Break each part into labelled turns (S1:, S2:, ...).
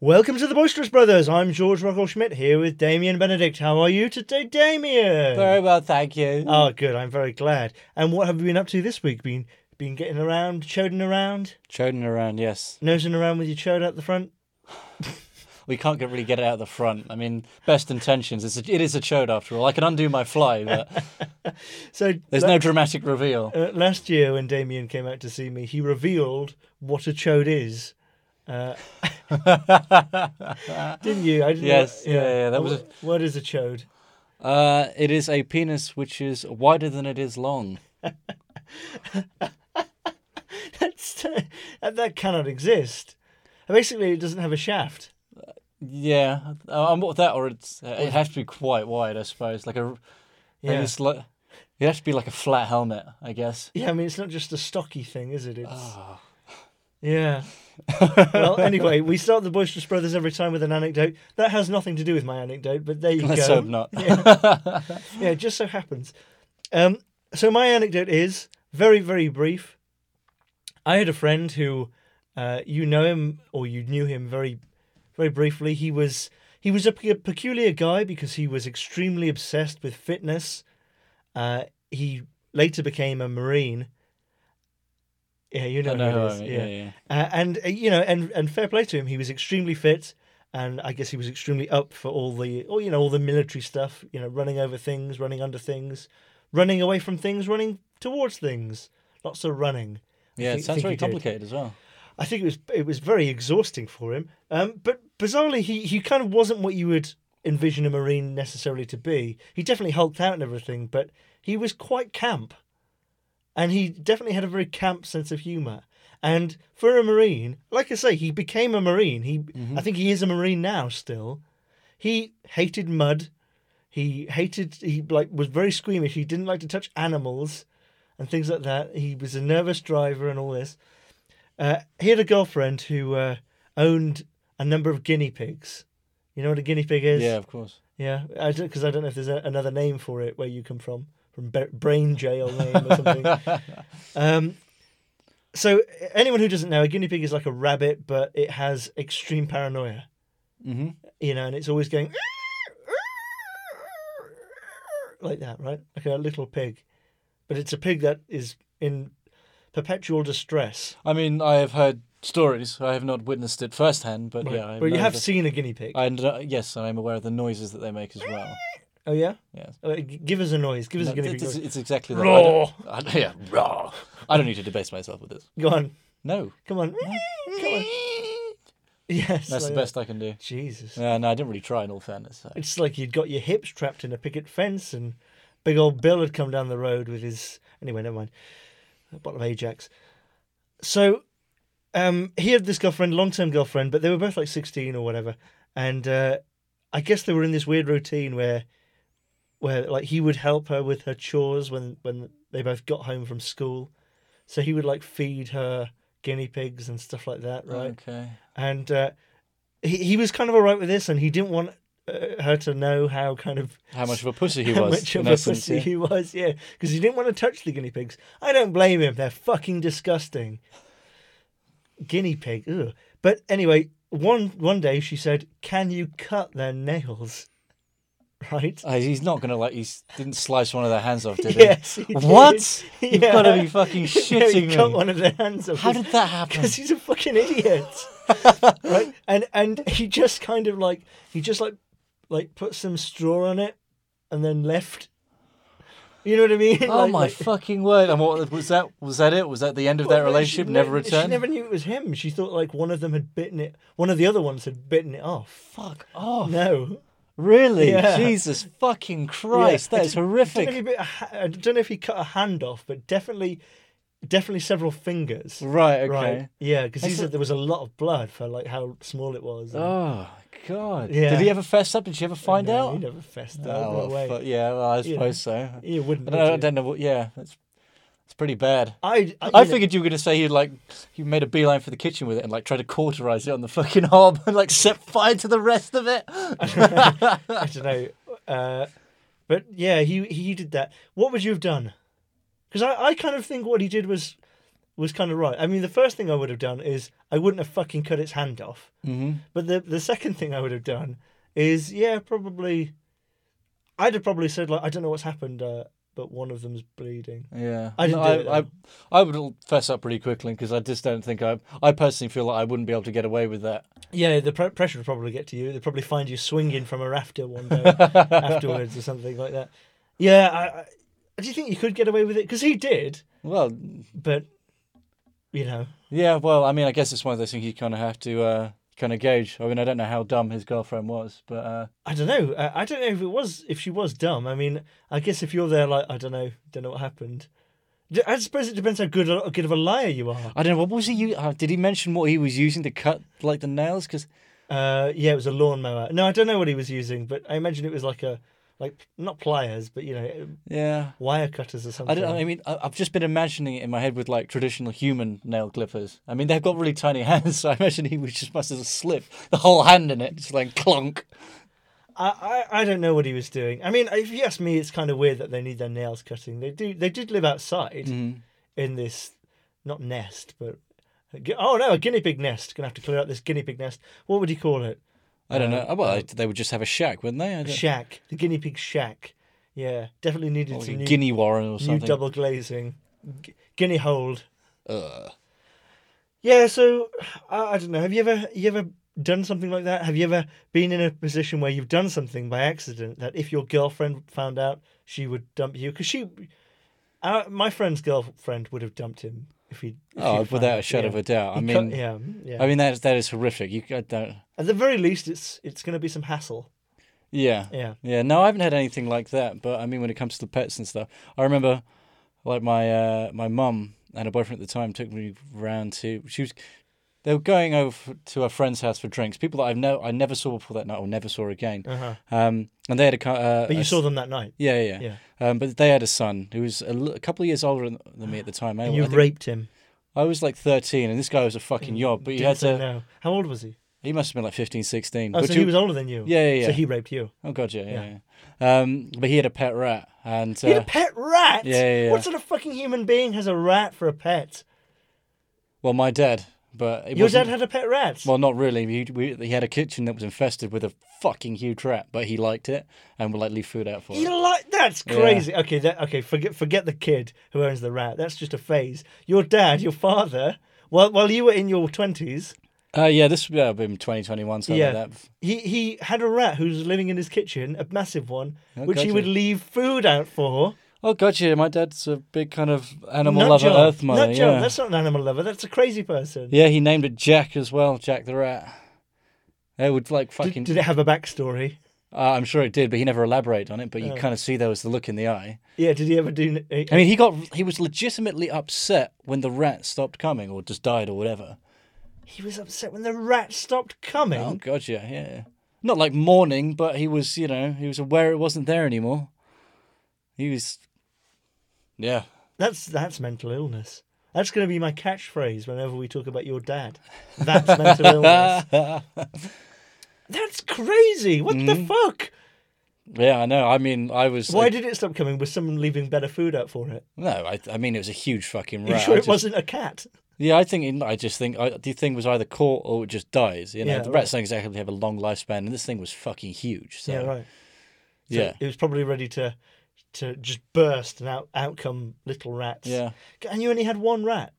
S1: Welcome to the Boisterous Brothers. I'm George Rockwell Schmidt here with Damien Benedict. How are you today, Damien?
S2: Very well, thank you.
S1: Oh, good. I'm very glad. And what have you been up to this week? Been been getting around, choding around,
S2: Choding around, yes.
S1: nosing around with your chode out the front?
S2: We can't get, really get it out of the front. I mean, best intentions. It's a, it is a chode after all. I can undo my fly, but
S1: So
S2: there's no dramatic reveal.
S1: uh, last year when Damien came out to see me, he revealed what a chode is. Uh, didn't you? I didn't
S2: Yes, yeah, yeah, that was a-
S1: What is a chode?
S2: Uh, it is a penis which is wider than it is long.
S1: That's, that, that cannot exist. Basically, it doesn't have a shaft.
S2: Yeah, uh, um, that or it's uh, it has to be quite wide, I suppose. Like a,
S1: Yeah.
S2: yeah. it's like, it has to be like a flat helmet, I guess.
S1: Yeah, I mean, it's not just a stocky thing, is it? It's
S2: Ah.
S1: yeah. well, anyway, we start the boisterous brothers every time with an anecdote. That has nothing to do with my anecdote, but there you
S2: Let's
S1: go.
S2: hope not.
S1: Yeah, it just so happens. Um, so my anecdote is very, very brief. I had a friend who, uh, you know him or you knew him very, very briefly. He was he was a pe- peculiar guy because he was extremely obsessed with fitness. Uh, he later became a marine. Yeah, you know,
S2: I know
S1: who
S2: who
S1: it
S2: I
S1: is.
S2: mean,
S1: yeah.
S2: yeah, yeah.
S1: Uh, and uh, you know, and and fair play to him, he was extremely fit, and I guess he was extremely up for all the, all you know, all the military stuff. You know, running over things, running under things, running away from things, running towards things. Lots of running. I
S2: Yeah,
S1: thi-
S2: it sounds
S1: think he
S2: very
S1: did.
S2: complicated as well.
S1: I think it was it was very exhausting for him. Um, but bizarrely, he he kind of wasn't what you would envision a marine necessarily to be. He definitely hulked out and everything, but he was quite camp, and he definitely had a very camp sense of humor. And for a marine, like I say, he became a marine. He I think he is a marine now still. He hated mud. He hated he like was very squeamish. He didn't like to touch animals and things like that. He was a nervous driver and all this. Uh, he had a girlfriend who uh, owned a number of guinea pigs. You know what a guinea pig is?
S2: Yeah, of course.
S1: Yeah, because I, don't know if there's a, another name for it where you come from, from ba- brain jail name or something. um, so anyone who doesn't know, a guinea pig is like a rabbit, but it has extreme paranoia.
S2: hmm
S1: You know, and it's always going like that, right? Like a little pig, but it's a pig that is in perpetual distress.
S2: I mean, I have heard stories. I have not witnessed it firsthand, but yeah, I
S1: but you
S2: know
S1: have
S2: the-
S1: seen a guinea pig.
S2: I know- yes, I am aware of the noises that they make as well.
S1: Oh yeah.
S2: Yes.
S1: Uh, g- give us a noise. Give us a guinea pig.
S2: It's,
S1: Noise.
S2: it's exactly that. I
S1: Roar.
S2: don't, I don't- yeah, raw. I don't need to debase myself with this.
S1: Go on.
S2: No,
S1: Come on. Come on. Yes.
S2: that's
S1: like
S2: the
S1: that.
S2: best I can do.
S1: Jesus.
S2: Yeah, no, I didn't really try. In all fairness, so.
S1: It's like you'd got your hips trapped in a picket fence, and big old Bill had come down the road with his. Anyway, never mind. A bottle of Ajax. So, um, he had this girlfriend, long-term girlfriend, but they were both like sixteen or whatever, and uh, I guess they were in this weird routine where, where like he would help her with her chores when when they both got home from school, so he would like feed her guinea pigs and stuff like that, right?
S2: okay.
S1: and uh, he he was kind of alright with this, and he didn't want uh, her to know how kind of
S2: How much of a pussy he
S1: how
S2: was.
S1: much
S2: in
S1: of a
S2: essence,
S1: pussy
S2: yeah.
S1: he was, yeah, because he didn't want to touch the guinea pigs. I don't blame him; they're fucking disgusting. Guinea pig, ugh. But anyway, one one day she said, "Can you cut their nails?" Right?
S2: Uh, he's not gonna like. He didn't slice one of their hands off, did he?
S1: Yes. he did.
S2: What? You've
S1: Yeah.
S2: gotta be fucking
S1: Yeah, he
S2: shitting
S1: Cut
S2: me.
S1: one of their hands off.
S2: How
S1: his-
S2: did that happen?
S1: because he's a fucking idiot, right? And and he just kind of like he just like like put some straw on it and then left. You know what I mean?
S2: Oh my fucking word! And what was that? Was that it? Was that the end of their relationship? never returned.
S1: She never knew it was him. She thought like one of them had bitten it. One of the other ones had bitten it off.
S2: Fuck off!
S1: No,
S2: Really?
S1: Yeah.
S2: Jesus fucking Christ!
S1: Yeah.
S2: That is
S1: I don't-
S2: horrific.
S1: I don't, know if he bit a ha- I don't know if he cut a hand off, but definitely, definitely several fingers.
S2: Right. Okay.
S1: Right. Yeah, because he
S2: That's
S1: said
S2: a-
S1: there was a lot of blood for like how small it was.
S2: Oh God!
S1: Yeah.
S2: Did he ever fess up? Did she ever find
S1: No,
S2: out?
S1: He never fessed up.
S2: Oh,
S1: no way.
S2: fu- yeah, well, I
S1: Yeah.
S2: suppose so.
S1: You wouldn't.
S2: I don't, I
S1: would you?
S2: don't know what. Yeah, that's it's pretty bad.
S1: I, I,
S2: I
S1: mean,
S2: figured you were gonna say he like he made a beeline for the kitchen with it and like tried to cauterize it on the fucking hob and like set fire to the rest of it.
S1: I don't know. Uh, but yeah, he he did that. What would you have done? Because I, I kind of think what he did was was kind of right. I mean, the first thing I would have done is I wouldn't have fucking cut its hand off. Mm-hmm. But the the second thing I would have done is yeah, probably. I'd have probably said like I don't know what's happened, uh, but one of them's bleeding.
S2: Yeah,
S1: I didn't
S2: No,
S1: do it,
S2: I, I, I would fess up pretty quickly because I just don't think I. I personally feel like I wouldn't be able to get away with that.
S1: Yeah, the pre- pressure would probably get to you. They'd probably find you swinging from a rafter one day afterwards or something like that. Yeah, I, I, do you think you could get away with it? Because he did,
S2: Well,
S1: but you know,
S2: yeah. Well, I mean, I guess it's one of those things you kind of have to uh, kind of gauge. I mean, I don't know how dumb his girlfriend was, but uh,
S1: I don't know. I, I don't know if it was if she was dumb. I mean, I guess if you're there, like I don't know, don't know what happened. D- I suppose it depends how good how good of a liar you are.
S2: I don't know what was he. u- Uh, did he mention what he was using to cut like the nails? Because
S1: Uh, yeah, it was a lawnmower. No, I don't know what he was using, but I imagine it was like a like not pliers, but you know,
S2: yeah.
S1: wire cutters or something.
S2: I don't. I mean, I- I've just been imagining it in my head with like traditional human nail clippers. I mean, they've got really tiny hands, so I imagine he was just must have slipped the whole hand in it, just like clunk.
S1: I, I I don't know what he was doing. I mean, if you ask me, it's kind of weird that they need their nails cutting. They do. They did live outside in this, not nest, but gu- oh no, a guinea pig nest. Gonna have to clear out this guinea pig nest. What would you call it?
S2: I don't know. Oh, Well, they would just have a shack, wouldn't they? I don't-
S1: Shack. The guinea pig shack. Yeah, definitely needed
S2: Like a
S1: some new,
S2: guinea warren or
S1: new
S2: something.
S1: double glazing. Gu- guinea hold.
S2: Ugh.
S1: Yeah. So I, I don't know. Have you ever you ever done something like that? Have you ever been in a position where you've done something by accident that if your girlfriend found out, she would dump you? Because she, our, my friend's girlfriend would have dumped him if he. If
S2: Oh,
S1: she'd found
S2: without a
S1: out,
S2: shadow
S1: yeah.
S2: of a doubt. I
S1: He cut-
S2: mean,
S1: yeah, yeah.
S2: I mean that is- that is horrific. You I don't.
S1: At the very least, it's it's going to be some hassle.
S2: Yeah.
S1: Yeah.
S2: Yeah. No, I haven't had anything like that. But I mean, when it comes to the pets and stuff, I remember like my uh, my mum and her boyfriend at the time took me round to. She was. They were going over f- to a friend's house for drinks. People that I've no, I never saw before that night, or never saw again.
S1: Uh-huh.
S2: Um, and they had a. car- Uh,
S1: But
S2: a
S1: you
S2: s-
S1: saw them that night.
S2: Yeah, yeah.
S1: Yeah.
S2: Um, but they had a son who was a, l- a couple of years older than- than me at the time. I,
S1: And
S2: I
S1: you
S2: think
S1: raped him.
S2: I was like 13, and this guy was a fucking yob. But you
S1: Didn't
S2: had
S1: say
S2: to.
S1: no. How old was he?
S2: He must have been like 15, 16.
S1: Oh,
S2: which
S1: so he
S2: you-
S1: was older than you.
S2: Yeah, yeah,
S1: So
S2: yeah.
S1: he raped you.
S2: oh god, yeah, yeah. yeah. Um, but he had a pet rat, and
S1: He had
S2: uh,
S1: a pet rat.
S2: Yeah, yeah, yeah.
S1: What sort of fucking human being has a rat for a pet?
S2: well, my dad. But it
S1: Your
S2: wasn't-
S1: dad had a pet rat.
S2: Well, not really. He, we, he had a kitchen that was infested with a fucking huge rat, but he liked it and would like leave food out for
S1: You
S2: it.
S1: like that's crazy. Okay, that okay. Forget forget the kid who owns the rat. That's just a phase. Your dad, your father, while while you were in your twenties,
S2: Uh, yeah, this would have been 2021, something
S1: Yeah.
S2: like that.
S1: he he had a rat who was living in his kitchen, a massive one, which he
S2: Oh, gotcha.
S1: would leave food out for.
S2: Oh, gotcha. My dad's a big kind of animal
S1: Nut
S2: lover,
S1: job.
S2: earth mother.
S1: Nut job.
S2: yeah.
S1: That's not an animal lover. That's a crazy person.
S2: yeah, he named it Jack as well, Jack the rat. It would like fucking.
S1: Did, did it have a backstory?
S2: uh, I'm sure it did, but he never elaborated on it. But you kind of see there was the look in the eye.
S1: Yeah. Did he ever do? eh,
S2: I mean, he got he was legitimately upset when the rat stopped coming or just died or whatever.
S1: He was upset when the rat stopped coming.
S2: Oh god, yeah, yeah. Not like mourning, but he was, you know, he was aware it wasn't there anymore. He was, yeah.
S1: That's that's mental illness. That's going to be my catchphrase whenever we talk about your dad. That's mental illness. That's crazy. What the
S2: Mm.
S1: fuck?
S2: Yeah, I know. I mean, I was.
S1: Why
S2: like-
S1: did it stop coming? Was someone leaving better food out for it?
S2: no, I, I mean, it was a huge fucking rat.
S1: You sure
S2: I
S1: it
S2: just-
S1: wasn't a cat?
S2: Yeah, I think it- I just think I, the thing was either caught or it just dies. You know,
S1: Yeah,
S2: the
S1: right.
S2: rats don't exactly have a long lifespan, and this thing was fucking huge. So
S1: Yeah, right. So
S2: yeah,
S1: It was probably ready to to just burst and out out come little rats.
S2: yeah,
S1: And you only had one rat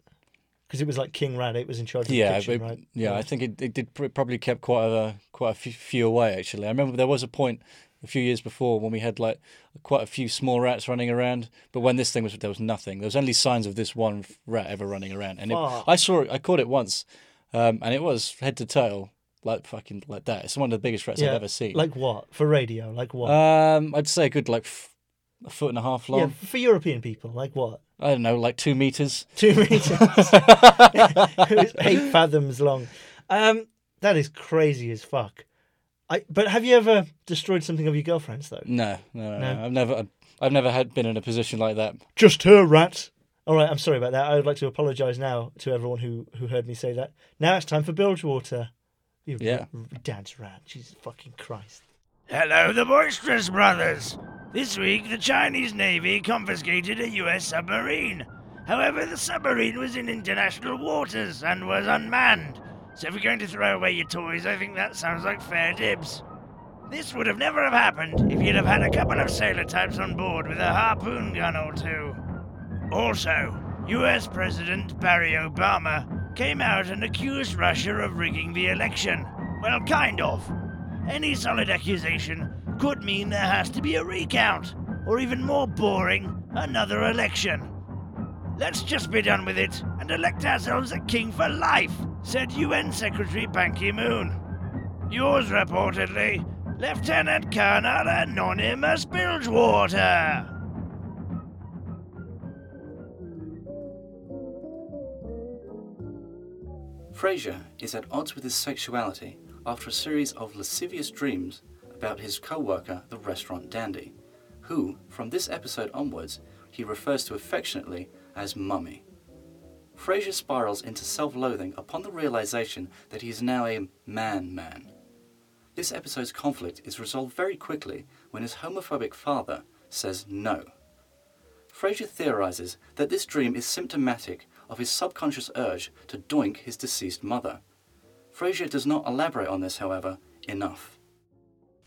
S1: because it was like King Rat. It was in charge of
S2: yeah.
S1: the kitchen,
S2: but-
S1: right?
S2: yeah, I think it, it did pr- probably kept quite a quite a few, few away. Actually, I remember there was a point a few years before when we had like quite a few small rats running around, but when this thing was there was nothing. There was only signs of this one rat ever running around, and it,
S1: Fuck.
S2: I saw it. I caught it once, um, and it was head to tail like fucking like that. It's one of the biggest rats I've ever seen.
S1: Like what for radio? Like what?
S2: um, I'd say a good like. F- a foot and a half long.
S1: yeah, for European people, like what?
S2: I don't know, like two meters.
S1: two meters. it was eight fathoms long. Um, that is crazy as fuck. I, but have you ever destroyed something of your girlfriend's though?
S2: No, no, no.
S1: No.
S2: I've never, I've never had been in a position like that.
S1: Just her rat. All right, I'm sorry about that. I would like to apologise now to everyone who who heard me say that. Now it's time for Bilgewater. You
S2: Yeah.
S1: dad's rat. Jesus fucking Christ.
S3: Hello, the Boisterous Brothers! This week, the Chinese Navy confiscated a US submarine. However, the submarine was in international waters and was unmanned. So if you're going to throw away your toys, I think that sounds like fair dibs. This would have never have happened if you'd have had a couple of sailor types on board with a harpoon gun or two. Also, US President Barry Obama came out and accused Russia of rigging the election. Well, kind of. Any solid accusation could mean there has to be a recount, or even more boring, another election. Let's just be done with it and elect ourselves a king for life, said UN Secretary Ban Ki moon. Yours reportedly, Lieutenant Colonel Anonymous Bilgewater.
S4: Frasier is at odds with his sexuality after a series of lascivious dreams about his co worker, the restaurant dandy, who, from this episode onwards, he refers to affectionately as Mummy. Frasier spirals into self loathing upon the realization that he is now a man man. This episode's conflict is resolved very quickly when his homophobic father says no. Frasier theorizes that this dream is symptomatic of his subconscious urge to doink his deceased mother. Frasier does not elaborate on this, however, enough.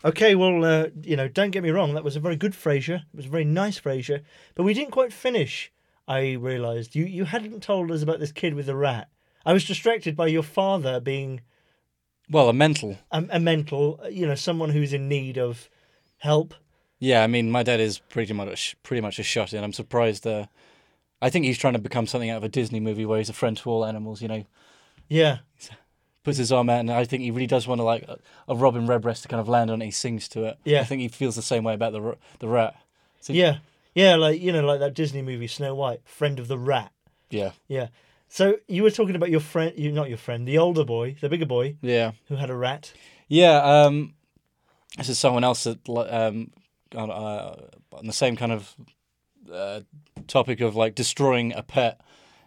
S1: Okay, well, uh, you know, don't get me wrong. That was a very good Frasier. It was a very nice Frasier, but we didn't quite finish. I realised you you hadn't told us about this kid with the rat. I was distracted by your father being
S2: Well, a mental.
S1: a, a mental, you know, someone who's in need of help.
S2: Yeah, I mean, my dad is pretty much pretty much a shut in. I'm surprised. Uh, I think he's trying to become something out of a Disney movie where he's a friend to all animals. You know,
S1: Yeah,
S2: puts his arm out, and I think he really does want to like a, a Robin Redbreast to kind of land on it. He sings to it.
S1: Yeah.
S2: I think he feels the same way about the r- the rat. So-
S1: yeah, yeah. Like you know, like that Disney movie Snow White, friend of the rat.
S2: yeah,
S1: Yeah. So you were talking about your friend, you not your friend, the older boy, the bigger boy
S2: yeah.
S1: who had a rat.
S2: Yeah, um, this is someone else that li- um, on, uh, on the same kind of uh, topic of like destroying a pet.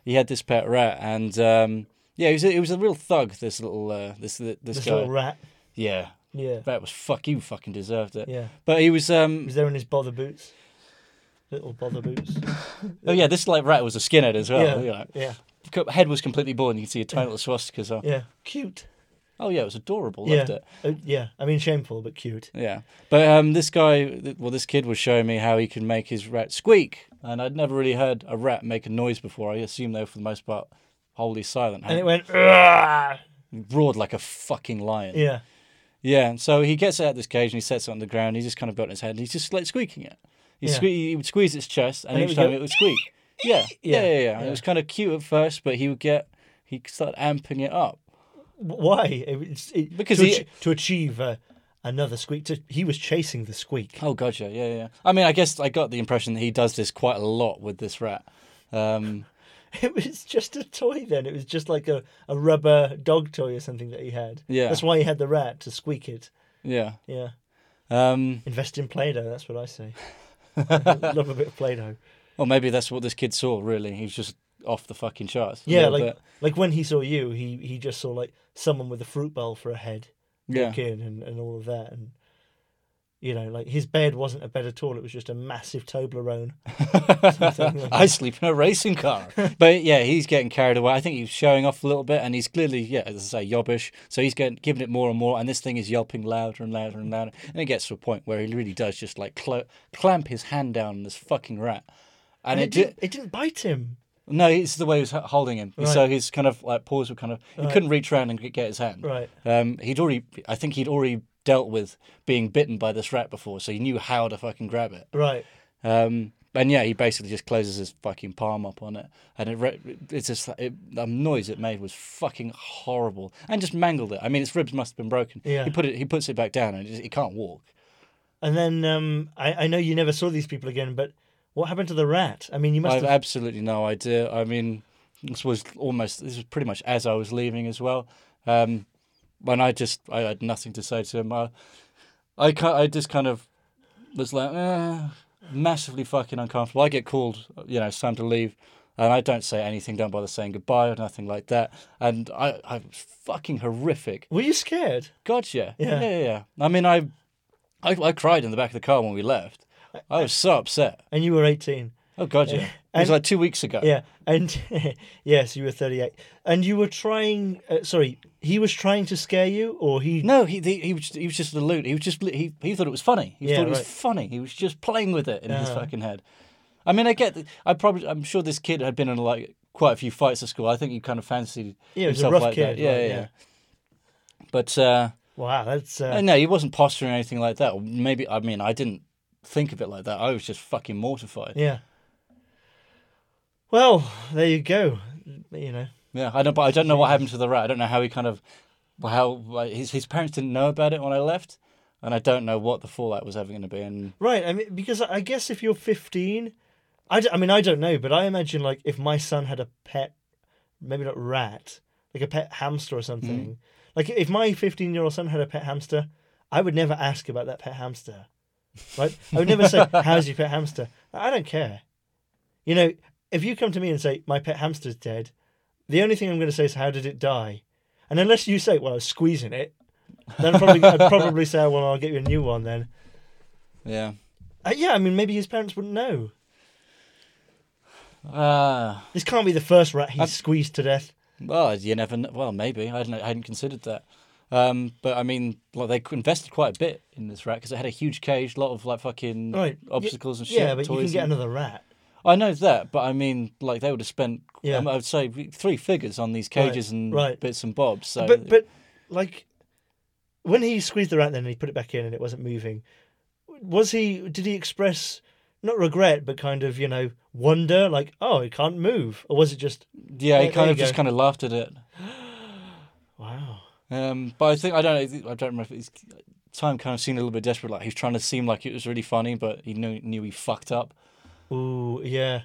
S2: He had this pet rat, and um, yeah, he was a, he was a real thug. This little uh, this this, this
S1: This
S2: guy.
S1: little rat.
S2: Yeah,
S1: Yeah.
S2: that was fuck. You fucking deserved it.
S1: Yeah.
S2: But he was um
S1: He was there in his bother boots. Little bother boots.
S2: oh yeah this like rat was a skinhead as well.
S1: yeah.
S2: You know.
S1: Yeah.
S2: Co- Head was completely bald. and You could see a tiny little swastikas on.
S1: Yeah. Cute.
S2: Oh yeah, it was adorable.
S1: Yeah.
S2: Loved it.
S1: Uh, yeah. I mean, shameful, but cute.
S2: Yeah, but um, this guy, th- well, this kid was showing me how he could make his rat squeak, and I'd never really heard a rat make a noise before. I assume they were, for the most part, wholly silent,
S1: And it
S2: and
S1: went, "Argh!"
S2: it roared like a fucking lion.
S1: yeah.
S2: Yeah, and so he gets out of this cage and he sets it on the ground. He just kind of got it in his head and he's just like squeaking it. He,
S1: Yeah.
S2: sque- he would squeeze its chest and,
S1: And it
S2: each
S1: would
S2: time
S1: go,
S2: it would squeak. Yeah, yeah, yeah, yeah. And
S1: Yeah.
S2: it was kind of cute at first, but he would get, he started amping it up.
S1: W- Why? It, it's- it-
S2: Because
S1: to,
S2: he-
S1: ach- to achieve uh, another squeak, to, he was chasing the squeak.
S2: Oh, gotcha. Yeah, yeah. I mean, I guess I got the impression that he does this quite a lot with this rat. Um,
S1: It was just a toy then. It was just like a, a rubber dog toy or something that he had.
S2: Yeah.
S1: That's why he had the rat to squeak it.
S2: yeah.
S1: Yeah.
S2: Um,
S1: Invest in Play Doh, that's what I say. Love a bit of Play Doh.
S2: Or maybe that's what this kid saw, really. He was just off the fucking charts. a
S1: Yeah,
S2: little
S1: like
S2: bit.
S1: like when he saw you, he, he just saw like someone with a fruit bowl for a head
S2: Yeah.
S1: walk in and, and all of that and you know, like his bed wasn't a bed at all, it was just a massive Toblerone.
S2: I sleep in a racing car. but yeah, he's getting carried away. I think he's showing off a little bit, and he's clearly, yeah, as I say, yobbish. So he's getting, giving it more and more, and this thing is yelping louder and louder and louder. And it gets to a point where he really does just like cl- clamp his hand down on this fucking rat.
S1: And
S2: And, it
S1: it,
S2: did.
S1: did, it didn't bite him.
S2: No, it's the way he was h- holding him. So his kind of like paws were kind of. He couldn't reach around and g- get his hand.
S1: Right.
S2: Um, he'd already. I think he'd already dealt with being bitten by this rat before, so he knew how to fucking grab it.
S1: Right.
S2: Um, and yeah, he basically just closes his fucking palm up on it, and it. Re- it's just it, the noise it made was fucking horrible, and just mangled it. I mean, its ribs must have been broken.
S1: Yeah.
S2: He put it. He puts it back down, and it just, he can't walk.
S1: And then um I, I know you never saw these people again, but what happened to the rat? I mean you must
S2: I've
S1: have
S2: absolutely no idea. I mean, this was almost this was pretty much as I was leaving as well. Um, when I just I had nothing to say to him. I I, ki- I just kind of was like eh, massively fucking uncomfortable. I get called, you know, it's time to leave, and I don't say anything. Don't bother saying goodbye or nothing like that. And I I was fucking horrific.
S1: Were you scared?
S2: God, yeah,
S1: Yeah.
S2: yeah, yeah. I mean, I I, I cried in the back of the car when we left. I was so upset.
S1: And you were eighteen.
S2: Oh God, yeah. It was
S1: And-
S2: like two weeks ago.
S1: Yeah, and yes, you were 38, and you were trying. Uh, sorry, he was trying to scare you, or he.
S2: No, he, he he was he was just a loot. He was just he, he thought it was funny. He
S1: Yeah,
S2: thought it was
S1: right.
S2: funny. He was just playing with it in his
S1: Yeah.
S2: fucking head. I mean, I get. that- I probably I'm sure this kid had been in like quite a few fights at school. I think he kind of fancied
S1: Yeah, he was a
S2: himself
S1: rough
S2: like that.
S1: kid,
S2: Yeah,
S1: right,
S2: yeah,
S1: yeah.
S2: yeah. But uh,
S1: Wow, that's.
S2: uh,
S1: Uh,
S2: no, he wasn't posturing or anything like that. Maybe I mean I didn't think of it like that. I was just fucking mortified. Yeah,
S1: yeah. Well, there you go. You know.
S2: I don't. But I don't know what happened to the rat. I don't know how he kind of how like, his his parents didn't know about it when I left, and I don't know what the fallout was ever going to be. And
S1: Right. I mean, because I guess if you're 15, I, d- I mean, I don't know, but I imagine like if my son had a pet, maybe not rat, like a pet hamster or something. Like if my 15 year old son had a pet hamster, I would never ask about that pet hamster. Right? I would never say, How's your pet hamster? I don't care. You know, if you come to me and say, My pet hamster's dead, the only thing I'm going to say is, How did it die? And unless you say, Well, I was squeezing it, then I'd probably, I'd probably say, Well, I'll get you a new one then.
S2: yeah.
S1: Uh, yeah, I mean, maybe his parents wouldn't know.
S2: Ah,
S1: This can't be the first rat he's
S2: I've-
S1: squeezed to death.
S2: well, you never. Know. Well, maybe I hadn't, I hadn't considered that. Um, but I mean, like they invested quite a bit in this rat because it had a huge cage, lot of like fucking
S1: Right. y-
S2: obstacles and shit.
S1: Yeah, but you can
S2: toys
S1: get
S2: and-
S1: another rat.
S2: I know that, but I mean, like they would have spent.
S1: Yeah.
S2: Yeah. I would say three figures on these cages and
S1: right.
S2: bits and bobs. So,
S1: But but like when he squeezed the rat then and he put it back in and it wasn't moving, was he did he express not regret but kind of, you know, wonder like, oh, it can't move? Or was it just
S2: yeah,
S1: there-
S2: he
S1: there
S2: kind
S1: you
S2: of just
S1: go.
S2: kind of laughed at it.
S1: wow.
S2: Um, but I think I don't. know, I don't remember. If it's, time kind of seemed a little bit desperate. Like he was trying to seem like it was really funny, but he knew knew he fucked up.
S1: Ooh, yeah.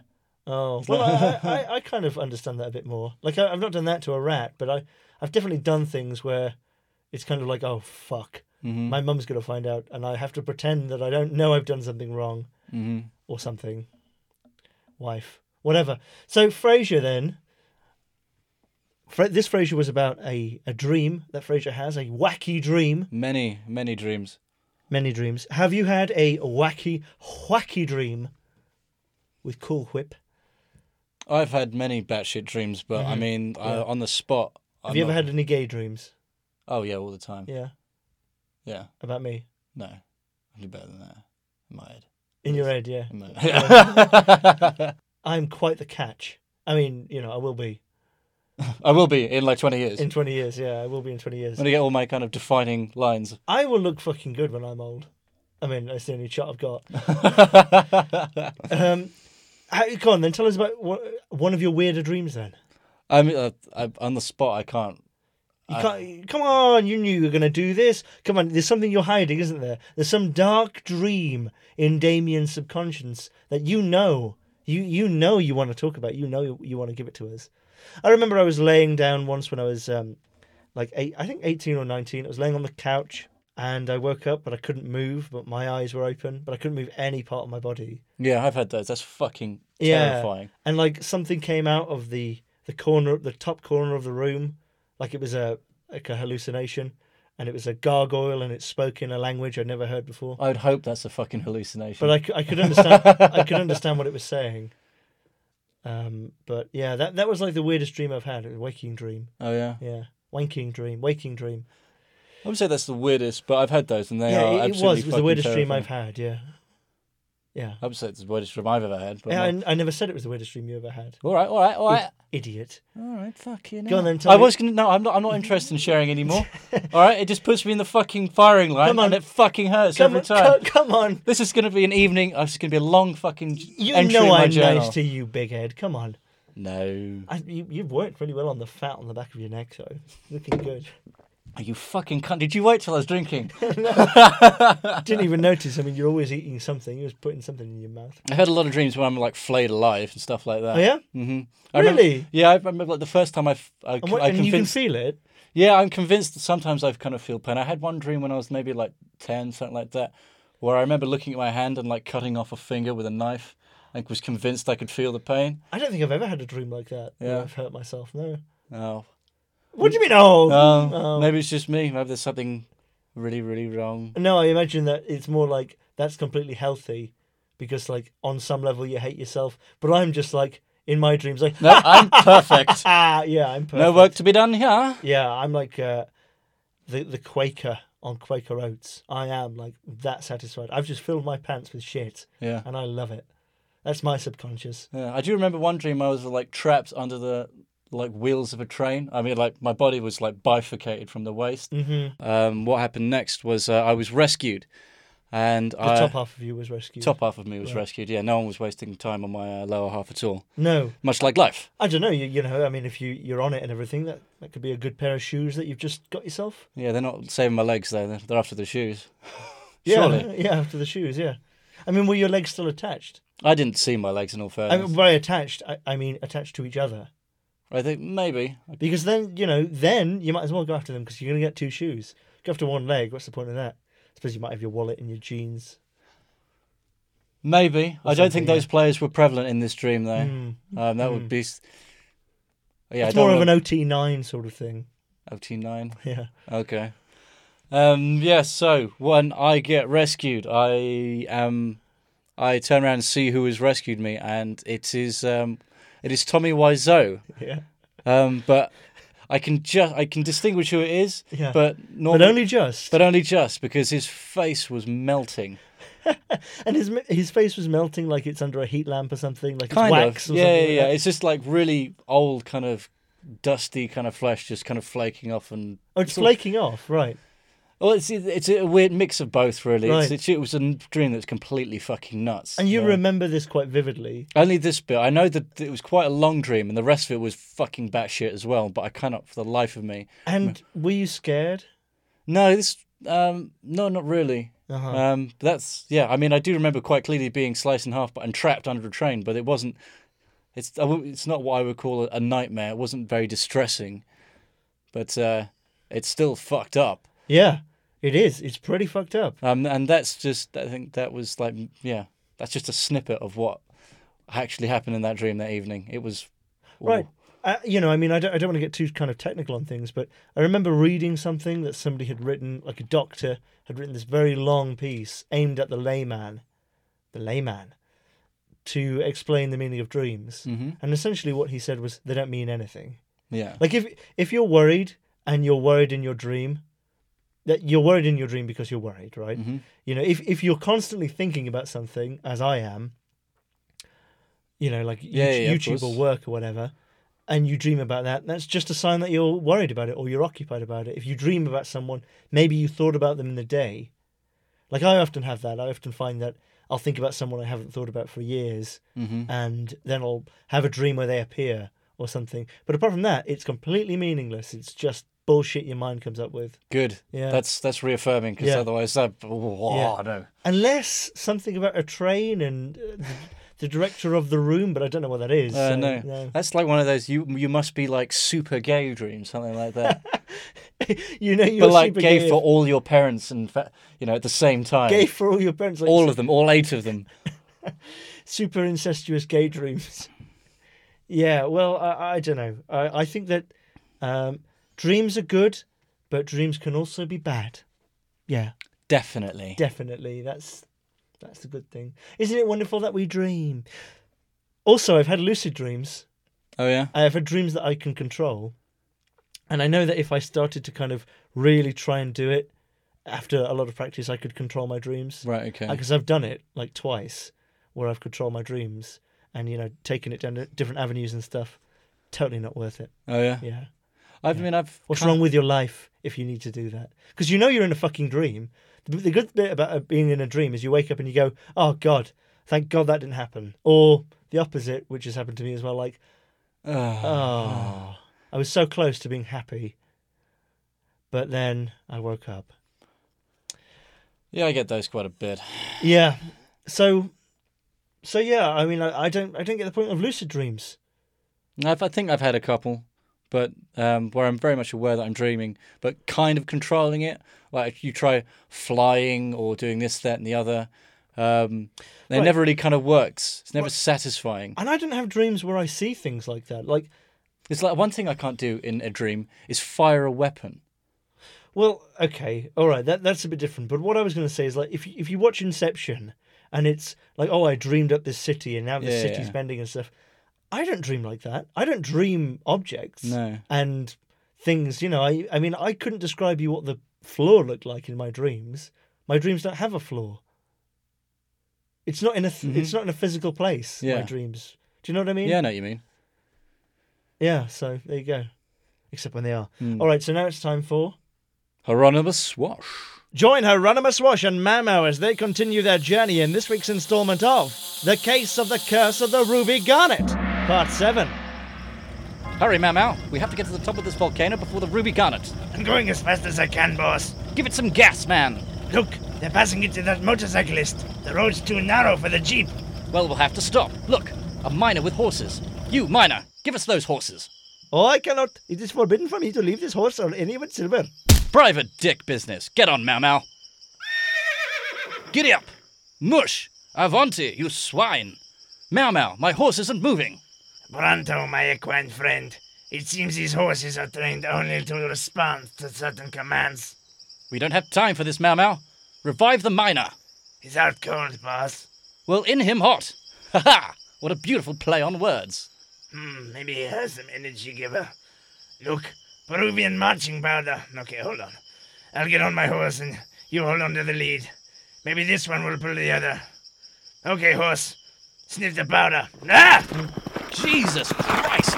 S1: Oh well, I, I- I, I kind of understand that a bit more. Like I, I've not done that to a rat, but I I've definitely done things where it's kind of like oh fuck, my mum's gonna find out, and I have to pretend that I don't know I've done something wrong or something. Wife, whatever. So Frasier then. Fra- this Frasier was about a, a dream that Frasier has, a wacky dream,
S2: Many many dreams.
S1: many dreams. Have you had a wacky, wacky dream with Cool Whip?
S2: I've had many batshit dreams, but I mean, I, on the spot.
S1: Mm-hmm. Have you ever had any gay dreams?
S2: Oh yeah, all the time. Yeah.
S1: Yeah, about me
S2: No, I do better than that. In my head.
S1: in your head. Yeah,
S2: In my-
S1: I'm quite the catch. I mean, you know, I will be
S2: I will be in like twenty years.
S1: in 20 years. Yeah, I will be in 20 years.
S2: I'm gonna get all my kind of defining lines.
S1: I will look fucking good when I'm old. I mean, that's the only shot I've got. um, how, go on then. Tell us about what, one of your weirder dreams. Then
S2: I mean, uh, I, on the spot, I can't.
S1: you can't. Come on, you knew you were going to do this. Come on, there's something you're hiding, isn't there? There's some dark dream in Damien's subconscious that you know. You you know you want to talk about. You know you, you want to give it to us. I remember I was laying down once when I was um, like eight, I think 18 or 19. I was laying on the couch and I woke up, but I couldn't move, but my eyes were open, but I couldn't move any part of my body.
S2: Yeah, I've had those. That's fucking
S1: Yeah.
S2: terrifying.
S1: And like something came out of the the corner, the top corner of the room, like it was a like a hallucination, and it was a gargoyle, and it spoke in a language I'd never heard before.
S2: I would hope that's a fucking hallucination.
S1: But I, c- I could understand I could understand what it was saying. Um, but yeah, that that was like the weirdest dream I've had. It was a waking dream.
S2: oh yeah.
S1: Yeah, wanking dream, waking dream.
S2: I would say that's the weirdest, but I've had those, and they
S1: yeah,
S2: are
S1: it, it was.
S2: absolutely
S1: It was the
S2: fucking
S1: weirdest dream
S2: terrifying.
S1: I've had. Yeah, yeah.
S2: I would say it's the weirdest dream I've ever had. But
S1: yeah
S2: my-
S1: I, I never said it was the weirdest dream you ever had.
S2: all right, all right, all right.
S1: Idiot.
S2: All right, fuck you.
S1: Go on then, tell
S2: I
S1: me-
S2: was gonna. No, I'm not. I'm not interested in sharing anymore. All right, it just puts me in the fucking firing line,
S1: Come on.
S2: and it fucking hurts
S1: Come
S2: every
S1: on,
S2: time.
S1: come, come on.
S2: This is gonna be an evening. uh, It's gonna be a long fucking
S1: You
S2: entry in
S1: know
S2: my
S1: I'm
S2: journal.
S1: nice to you, big head. Come on.
S2: No,
S1: I, you, you've worked really well on the fat on the back of your neck, so looking good.
S2: are you fucking cunt? Did you wait till I was drinking?
S1: Didn't even notice. I mean, you're always eating something. You're always putting something in your mouth.
S2: I've had a lot of dreams where I'm like flayed alive and stuff like that.
S1: Oh
S2: Mm-hmm.
S1: yeah,
S2: I remember-
S1: Really?
S2: yeah, I remember like the first time I, f- I,
S1: and, what,
S2: I
S1: and you can
S2: convinced.
S1: feel it.
S2: Yeah, I'm convinced that sometimes I've kind of feel pain. I had one dream when I was maybe like 10, something like that, where I remember looking at my hand and like cutting off a finger with a knife and was convinced I could feel the pain.
S1: I don't think I've ever had a dream like that. where
S2: Yeah.
S1: I've hurt myself. No.
S2: Oh,
S1: What do you mean? Oh,
S2: oh,
S1: oh.
S2: maybe it's just me. Maybe there's something really, really wrong.
S1: no. I imagine that it's more like that's completely healthy, because like on some level you hate yourself. But I'm just like in my dreams like
S2: No, I'm perfect.
S1: ah yeah I'm perfect.
S2: No work to be done here.
S1: Yeah, I'm like uh, the the Quaker on Quaker Oats. I am like that satisfied. I've just filled my pants with shit,
S2: Yeah.
S1: and I love it. That's my subconscious.
S2: Yeah, I do remember one dream I was like trapped under the like wheels of a train. I mean, like my body was like bifurcated from the waist. Mm-hmm. Um, what happened next was uh, I was rescued, and
S1: The
S2: I,
S1: top half of you was rescued.
S2: top half of me was rescued. Yeah, no one was wasting time on my uh, lower half at all.
S1: No,
S2: Much like life.
S1: I don't know. You, you know, I mean, if you you're on it and everything, that that could be a good pair of shoes that you've just got yourself.
S2: Yeah, they're not saving my legs though. They're, they're after the shoes.
S1: Yeah,
S2: Surely.
S1: yeah. After the shoes, yeah. I mean, were your legs still attached?
S2: I didn't see my legs in all
S1: I
S2: fairness.
S1: mean, by attached, I, I mean attached to each other.
S2: I think maybe.
S1: Because then, you know, then you might as well go after them because you're going to get two shoes. Go after one leg. What's the point of that? I suppose you might have your wallet and your jeans.
S2: Maybe. I don't think
S1: something, yeah.
S2: those players were prevalent in this dream though. Um, that would be. s- Yeah,
S1: it's
S2: I don't
S1: Hmm. more of
S2: wanna-
S1: an OT9 sort of thing.
S2: OT9.
S1: Yeah.
S2: Okay. Um, yeah, so when I get rescued, I am I turn around and see who has rescued me and it is um, it is Tommy Wiseau.
S1: Yeah.
S2: Um, but I can just I can distinguish who it is,
S1: Yeah.
S2: but
S1: But
S2: normally,
S1: only just.
S2: but only just because his face was melting.
S1: and his his face was melting like it's under a heat lamp or something, like
S2: Kind
S1: it's wax
S2: of.
S1: or
S2: Yeah, yeah,
S1: something.
S2: yeah.
S1: Like
S2: It's just like really old kind of dusty kind of flesh just kind of flaking off and
S1: that. Oh, it's
S2: all-
S1: flaking off, right.
S2: Well, it's it's a weird mix of both, really. It's,
S1: Right.
S2: it's, it was a n- dream that's completely fucking nuts.
S1: And you
S2: Yeah.
S1: remember this quite vividly.
S2: only this bit. I know that it was quite a long dream, and the rest of it was fucking batshit as well. But I cannot, for the life of me,
S1: And were you scared?
S2: no, this, um, no, not really.
S1: Uh-huh.
S2: Um, but that's yeah. I mean, I do remember quite clearly being sliced in half, but and trapped under a train. But it wasn't. It's I wouldn't- it's not what I would call a, a nightmare. It wasn't very distressing, but uh, it's still fucked up.
S1: Yeah, it is. It's pretty fucked up.
S2: Um, and that's just, I think that was like, yeah, that's just a snippet of what actually happened in that dream that evening. It was, ooh,
S1: Right. Uh, you know, I mean, I don't, I don't want to get too kind of technical on things, but I remember reading something that somebody had written, like a doctor had written this very long piece aimed at the layman, the layman, to explain the meaning of dreams. And essentially, what he said was they don't mean anything.
S2: Yeah.
S1: Like if if you're worried and you're worried in your dream, that you're worried in your dream because you're worried, right?
S2: Mm-hmm.
S1: You know, if if you're constantly thinking about something, as I am, you know, like
S2: Yeah,
S1: YouTube,
S2: yeah, of
S1: YouTube or
S2: course.
S1: work or whatever, and you dream about that, that's just a sign that you're worried about it or you're occupied about it. If you dream about someone, maybe you thought about them in the day. Like I often have that. I often find that I'll think about someone I haven't thought about for years,
S2: Mm-hmm.
S1: and then I'll have a dream where they appear or something. But apart from that, it's completely meaningless. It's just bullshit your mind comes up with.
S2: good.
S1: Yeah.
S2: That's, that's reaffirming because
S1: Yeah.
S2: otherwise that, oh,
S1: Yeah.
S2: no.
S1: Unless something about a train and uh, the, the director of the room, but I don't know what that is.
S2: Uh,
S1: so,
S2: no. that's like one of those. You you must be like super gay dreams, something like that.
S1: You know, you're
S2: but like
S1: super
S2: gay, for all your parents and fa- you know at the same time,
S1: gay for all your parents, like
S2: all of them, all eight of them.
S1: super incestuous gay dreams. yeah, well, I, I don't know. I, I think that um, dreams are good, but dreams can also be bad. Yeah,
S2: Definitely.
S1: definitely. That's that's the good thing. Isn't it wonderful that we dream? Also, I've had lucid dreams.
S2: oh yeah.
S1: I've had dreams that I can control. And I know that if I started to kind of really try and do it after a lot of practice, I could control my dreams
S2: Right. Okay.
S1: because I've done it like twice, where I've controlled my dreams and you know taken it down to different avenues and stuff. Totally not worth it.
S2: oh yeah.
S1: Yeah.
S2: I mean, I've
S1: What's
S2: kind-
S1: wrong with your life if you need to do that? Because you know you're in a fucking dream. The the good bit about uh, being in a dream is you wake up and you go, "Oh God, thank God that didn't happen," or the opposite, which has happened to me as well. Like, oh, I was so close to being happy, but then I woke up.
S2: Yeah, I get those quite a bit.
S1: Yeah. So, so yeah. I mean, I, I don't, I don't get the point of lucid dreams.
S2: I've, I think I've had a couple, but um, where I'm very much aware that I'm dreaming, but kind of controlling it. Like you try flying or doing this, that, and the other. Um, it
S1: Right.
S2: never really kind of works. It's never satisfying.
S1: And I don't have dreams where I see things like that. Like,
S2: It's like one thing I can't do in a dream is fire a weapon.
S1: well, okay, all right, that that's a bit different. But what I was going to say is like, if you- if you watch Inception and it's like, oh, I dreamed up this city, and now the
S2: Yeah,
S1: city's
S2: yeah.
S1: bending and stuff. I don't dream like that. I don't dream objects
S2: No.
S1: and things. You know, I I mean, I couldn't describe you what the floor looked like in my dreams. My dreams don't have a floor. It's not in a th- it's not in a physical place. My
S2: Mm-hmm. Yeah.
S1: dreams. Do you know what I mean?
S2: Yeah, I know what you mean.
S1: Yeah, so there you go. Except when they are.
S2: Hmm.
S1: All right, so now it's time for
S2: Hieronymus Swash.
S1: Join Hieronymus Wash and Mamo as they continue their journey in this week's installment of The Case of the Curse of the Ruby Garnet, Part 7.
S2: Hurry, Mamow. We have to get to the top of this volcano before the ruby garnet.
S3: I'm going as fast as I can, boss.
S2: Give it some gas, man.
S3: Look, they're passing into that motorcyclist. The road's too narrow for the jeep.
S2: Well, we'll have to stop. Look, a miner with horses. You, miner, give us those horses.
S1: Oh, I cannot. It is forbidden for me to leave this horse or anyone silver.
S2: Private dick business. Get on, Mamow. Giddy up. Mush. Avanti, you swine. Mamow, my horse isn't moving.
S3: Pronto, my equine friend. It seems these horses are trained only to respond to certain commands.
S2: We don't have time for this, Mamow. Revive the miner.
S3: He's out cold, boss.
S2: Well, in him hot. Ha ha! What a beautiful play on words.
S3: Hmm, maybe he has some energy giver. Look, Peruvian marching powder. Okay, hold on. I'll get on my horse and you hold on to the lead. Maybe this one will pull the other. Okay, horse. Sniff the powder. Ah!
S2: Jesus Christ!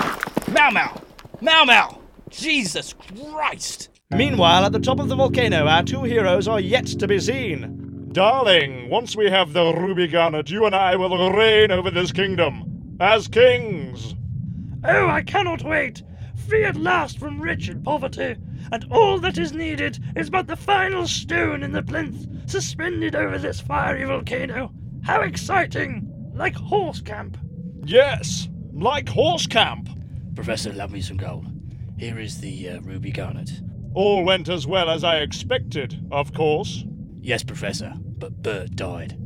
S2: Mau Mau! Mau Mau! Jesus Christ!
S1: Meanwhile, at the top of the volcano, our two heroes are yet to be seen.
S5: Darling, once we have the ruby garnet, you and I will reign over this kingdom as kings.
S6: Oh, I cannot wait! Free at last from rich and poverty, and all that is needed is but the final stone in the plinth, suspended over this fiery volcano. How exciting! Like horse camp.
S5: Yes, like horse camp.
S2: Professor, love me some gold. Here is the uh, ruby garnet.
S5: All went as well as I expected, of course.
S2: Yes, Professor, but Bert died.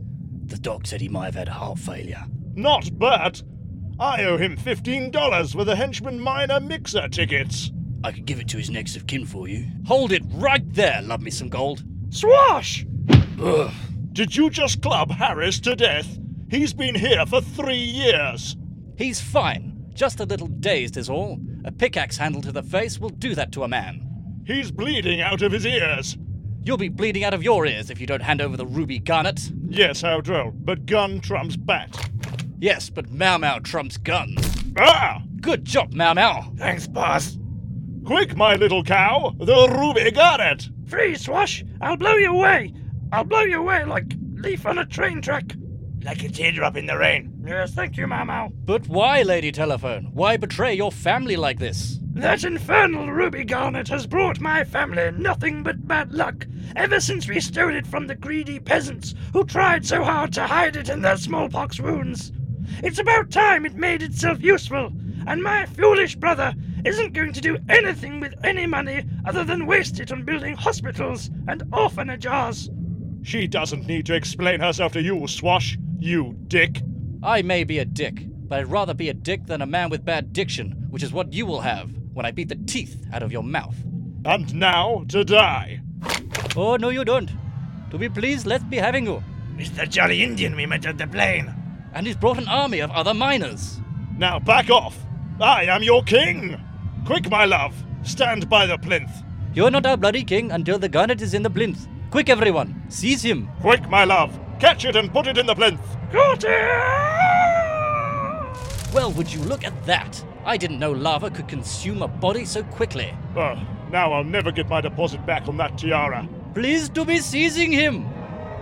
S2: The doc said he might have had heart failure.
S5: Not Bert. I owe him $15 for the henchman minor mixer tickets.
S2: I could give it to his next of kin for you. Hold it right there, love me some gold.
S5: Swash!
S2: Ugh.
S5: Did you just club Harris to death? He's been here for three years.
S2: He's fine. Just a little dazed is all. A pickaxe handle to the face will do that to a man.
S5: He's bleeding out of his ears.
S2: You'll be bleeding out of your ears if you don't hand over the ruby garnet.
S5: Yes, how droll, but gun trumps bat.
S2: Yes, but Mau Mau trumps guns.
S5: Ah!
S2: Good job, Mau Mau.
S3: Thanks, boss.
S5: Quick, my little cow! The ruby garnet!
S6: Free, Swash! I'll blow you away! I'll blow you away like leaf on a train track!
S3: Like a teardrop in the rain.
S6: Yes, thank you, Mau Mau.
S2: But why, Lady Telephone? Why betray your family like this?
S6: That infernal ruby garnet has brought my family nothing but bad luck ever since we stole it from the greedy peasants who tried so hard to hide it in their smallpox wounds. It's about time it made itself useful, and my foolish brother isn't going to do anything with any money other than waste it on building hospitals and orphanages.
S5: She doesn't need to explain herself to you, Swash, you dick.
S2: I may be a dick, but I'd rather be a dick than a man with bad diction, which is what you will have when I beat the teeth out of your mouth.
S5: And now to die.
S2: Oh, no, you don't. To be pleased, let's be having you.
S3: Mr. Jolly Indian we met at the plane.
S2: And he's brought an army of other miners.
S5: Now back off! I am your king! Quick, my love! Stand by the plinth!
S2: You're not our bloody king until the garnet is in the plinth. Quick, everyone, seize him.
S5: Quick, my love! Catch it and put it in the plinth!
S6: Got it!
S2: Well, would you look at that? I didn't know lava could consume a body so quickly.
S5: Ugh, now I'll never get my deposit back on that tiara.
S2: Pleased to be seizing him.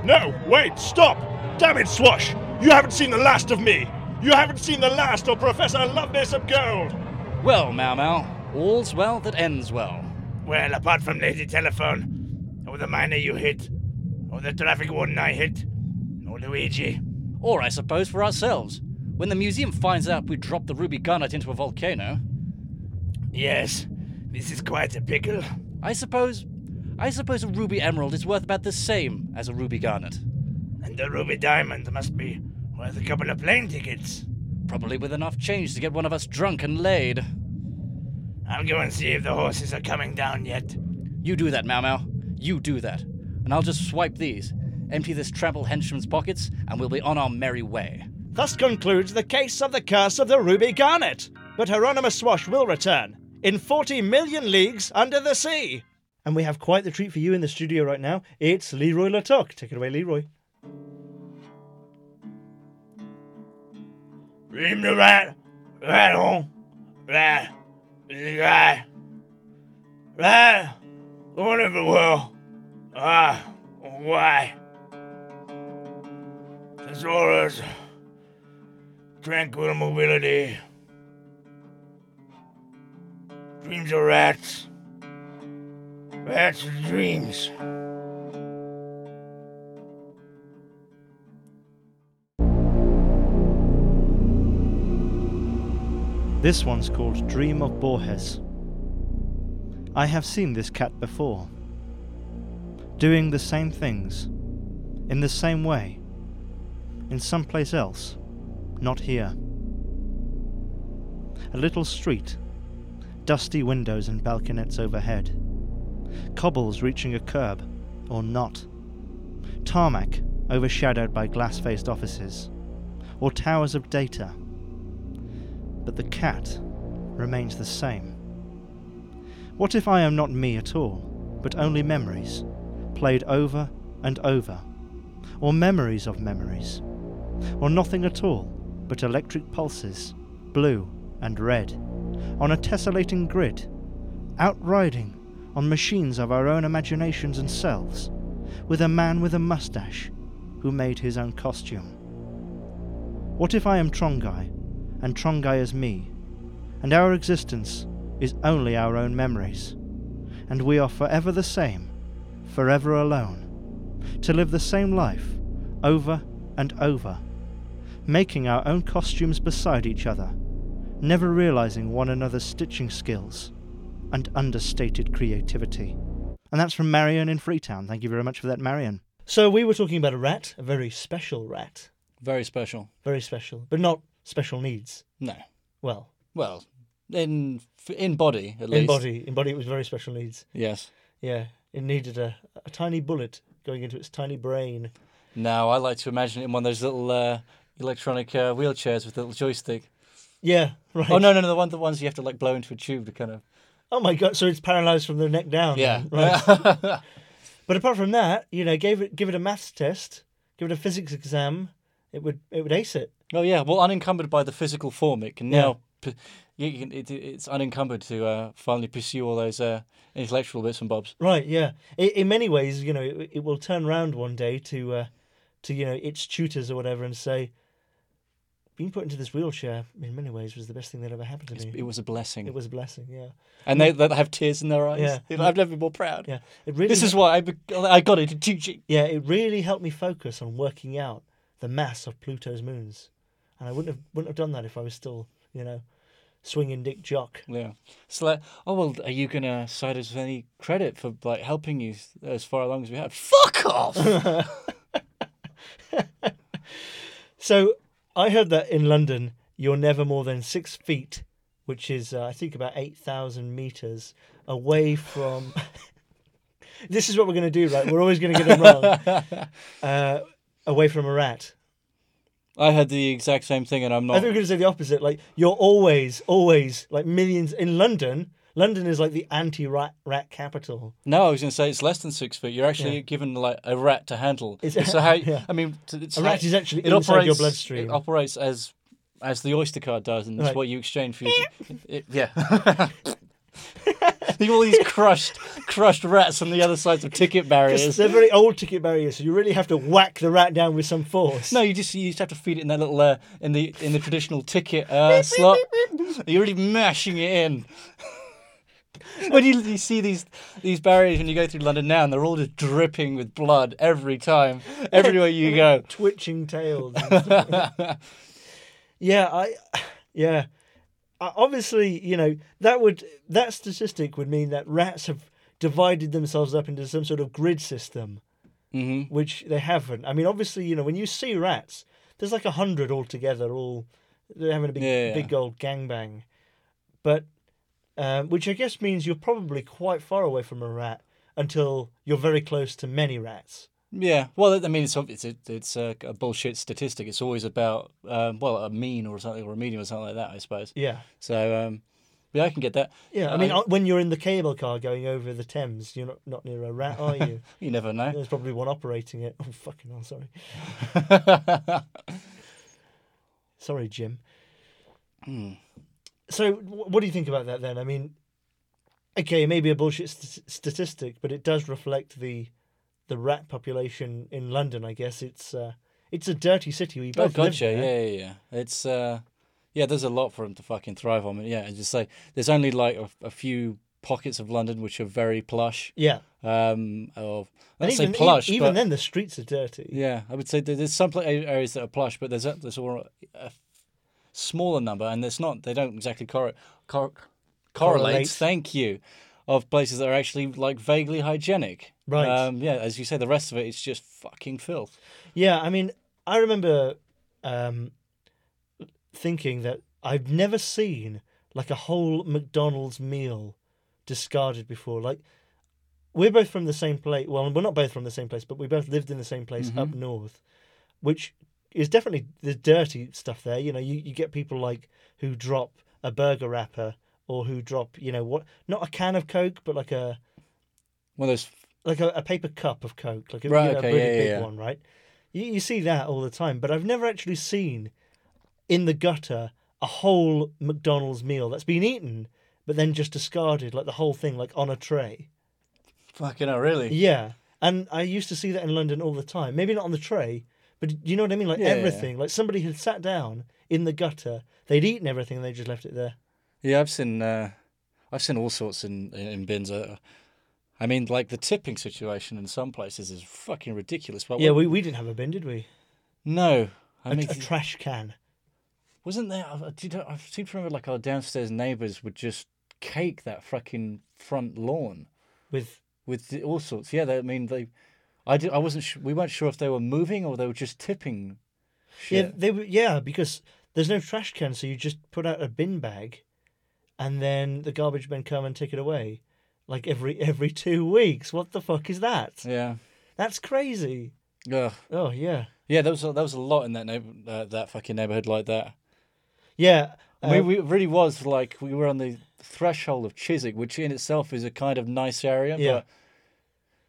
S5: No, wait, stop! Damn it, Swash! You haven't seen the last of me! You haven't seen the last of Professor Lovelace of Gold!
S2: Well, Mau Mau, all's well that ends well.
S3: Well, apart from Lady Telephone, or the miner you hit, or the traffic warden I hit, or Luigi.
S2: Or, I suppose, for ourselves. When the museum finds out we dropped the ruby garnet into a volcano,
S3: Yes, this is quite a pickle.
S2: I suppose. I suppose a ruby emerald is worth about the same as a ruby garnet.
S3: And the ruby diamond must be worth a couple of plane tickets.
S2: Probably with enough change to get one of us drunk and laid.
S3: I'll go and see if the horses are coming down yet.
S2: You do that, Mau Mau. You do that. And I'll just swipe these. Empty this trampled henchman's pockets, and we'll be on our merry way.
S1: Thus concludes the case of the curse of the Ruby Garnet. But Hieronymus Swash will return in 40 million leagues under the sea. And we have quite the treat for you in the studio right now. It's Leroy Latoc. Take it away, Leroy.
S3: Ream the rat, rat on, rat, rat, rat, Lord of the world, ah, why? Thesaurus, tranquil mobility, dreams of rats, rats and dreams.
S1: This one's called Dream of Borges. I have seen this cat before, doing the same things, in the same way, in some place else, not here. A little street, dusty windows and balconets overhead, cobbles reaching a curb, or not, tarmac overshadowed by glass faced offices, or towers of data but the cat remains the same. What if I am not me at all, but only memories, played over and over, or memories of memories, or nothing at all but electric pulses, blue and red, on a tessellating grid, outriding on machines of our own imaginations and selves, with a man with a mustache who made his own costume? What if I am Trongai and Trongai is me, and our existence is only our own memories, and we are forever the same, forever alone, to live the same life over and over, making our own costumes beside each other, never realizing one another's stitching skills and understated creativity. And that's from Marion in Freetown. Thank you very much for that, Marion. So, we were talking about a rat, a very special rat.
S2: Very special.
S1: Very special, but not special needs.
S2: No.
S1: Well,
S2: Well, in in body at least.
S1: in body, in body, it was very special needs.
S2: Yes.
S1: Yeah, it needed a, a tiny bullet going into its tiny brain.
S2: No, I like to imagine it in one of those little uh, electronic uh, wheelchairs with a little joystick.
S1: Yeah, right.
S2: Oh no, no, no, the one the ones you have to like blow into a tube to kind of
S1: Oh my god! So it's paralyzed from the neck down.
S2: yeah.
S1: then, Right. but apart from that, you know, gave it give it a maths test, give it a physics exam, it would it would ace it.
S2: oh yeah. Well, unencumbered by the physical form, it can now. p- You can, it, it's unencumbered to uh, finally pursue all those uh, intellectual bits and bobs.
S1: Right. Yeah. I in many ways, you know, it, it will turn round one day to, uh, to you know, its tutors or whatever, and say, being put into this wheelchair in many ways was the best thing that ever happened to me.
S2: It was a blessing,
S1: It was a blessing. Yeah.
S2: and they they have tears in their eyes.
S1: Yeah.
S2: You know, I've never been more proud.
S1: Yeah. It really.
S2: This is why I, be- I got into teaching.
S1: Yeah, it really helped me focus on working out the mass of Pluto's moons, and I wouldn't have wouldn't have done that if I was still, you know, swinging dick jock.
S2: Yeah. It's like, oh well, are you gonna side us with any credit for like helping you as far along as we have? Fuck off.
S1: So I heard that in London, you're never more than six feet, which is uh, I think about eight thousand meters away from. this is what we're going to do, right? We're always going to get it wrong. Uh, away from a rat.
S2: I had the exact same thing, and I'm
S1: I
S2: not.
S1: think we're going to say the opposite. Like you're always, always like millions in London. London is like the anti-rat rat capital.
S2: No, I was going to say it's less than six feet. You're actually
S1: Yeah.
S2: given like a rat to handle.
S1: It's-
S2: so how?
S1: yeah.
S2: I mean, t- it's
S1: A
S2: how-
S1: rat is actually inside your bloodstream.
S2: It operates as as the oyster card does, and
S1: Right.
S2: it's what you exchange for. Your, it, yeah. You've all these crushed, crushed rats on the other sides of ticket
S1: Yes,
S2: barriers.
S1: they're very old ticket barriers, so you really have to whack the rat down with some force.
S2: No, you just you just have to feed it in that little uh, in the in the traditional ticket uh, slot. You're really mashing it in. when you, you see these these barriers when you go through London now, and they're all just dripping with blood every time, everywhere you go.
S1: twitching tails. and stuff. yeah, I, yeah, I, obviously, you know that would that statistic would mean that rats have divided themselves up into some sort of grid system, mm-hmm. which they haven't. I mean, obviously, you know when you see rats, there's like a hundred altogether, all they're having a big
S2: Yeah, yeah.
S1: big old gangbang, but um, which I guess means you're probably quite far away from a rat until you're very close to many rats.
S2: Yeah, well, I mean, it's ob- it's a, it's a, a bullshit statistic. It's always about um, well, a mean or something, or a medium or something like that, I suppose.
S1: Yeah.
S2: So, um, yeah, I can get that.
S1: Yeah, I mean, uh, when you're in the cable car going over the Thames, you're not, not near a rat, are you?
S2: you never know.
S1: There's probably one operating it. Oh, fucking hell, sorry. sorry, Jim.
S2: Hmm.
S1: So, wh- what do you think about that then? I mean, okay, maybe a bullshit st- statistic, but it does reflect the the rat population in London, I guess. It's uh, it's a dirty city. We
S2: Oh,
S1: both live
S2: gotcha.
S1: there.
S2: Yeah, yeah, yeah. It's uh, yeah. There's a lot for him to fucking thrive on. Yeah, as you say, there's only like a, a few pockets of London which are very plush.
S1: Yeah.
S2: Um, or
S1: And
S2: let's say
S1: even, e-
S2: plush,
S1: even
S2: but
S1: then, the streets are dirty.
S2: yeah, I would say there- there's some pla- areas that are plush, but there's a, there's a, a smaller number, and it's not they don't exactly cor- cor- correlate.
S1: Correlate.
S2: Thank you. Of places that are actually like vaguely hygienic,
S1: Right.
S2: Um, yeah, as you say, the rest of it is just fucking filth.
S1: Yeah, I mean, I remember um, thinking that I've never seen like a whole McDonald's meal discarded before. Like, we're both from the same place. Well, we're not both from the same place, but we both lived in the same place up north, which is definitely the dirty stuff there. You know, you, you get people like who drop a burger wrapper or who drop, you know, what not a can of Coke, but like a
S2: One of those
S1: like a, a paper cup of Coke, like a,
S2: Right,
S1: you know, a
S2: okay,
S1: really
S2: yeah, yeah,
S1: big
S2: yeah.
S1: one, right? You, you see that all the time, but I've never actually seen in the gutter a whole McDonald's meal that's been eaten, but then just discarded, like the whole thing, like on a tray.
S2: fucking oh really.
S1: Yeah, and I used to see that in London all the time. Maybe not on the tray, but do you know what I mean? Like
S2: Yeah, yeah, yeah.
S1: everything, like somebody had sat down in the gutter, they'd eaten everything, and they just left it there.
S2: Yeah, I've seen uh, I've seen all sorts in in, in bins. Uh, I mean, like the tipping situation in some places is fucking ridiculous. But
S1: Yeah,
S2: what-
S1: we, we didn't have a bin, did we?
S2: no, I
S1: A,
S2: mean,
S1: a trash can.
S2: wasn't there? I, I, did, I seem to remember like our downstairs neighbours would just cake that fucking front lawn
S1: With
S2: with the- all sorts. Yeah, they, I mean, they, I did, I wasn't. Su- we weren't sure if they were moving or they were just tipping.
S1: Yeah,
S2: Shit.
S1: they were. Yeah, because there's no trash can, so you just put out a bin bag, and then the garbage men come and take it away, like every every two weeks. What the fuck is that?
S2: Yeah.
S1: That's crazy.
S2: Yeah.
S1: Oh yeah,
S2: Yeah. There was a, there was a lot in that neighbor, uh, that fucking neighborhood like that.
S1: yeah. um,
S2: I mean, we it really was like we were on the threshold of Chiswick, which in itself is a kind of nice area.
S1: Yeah.
S2: But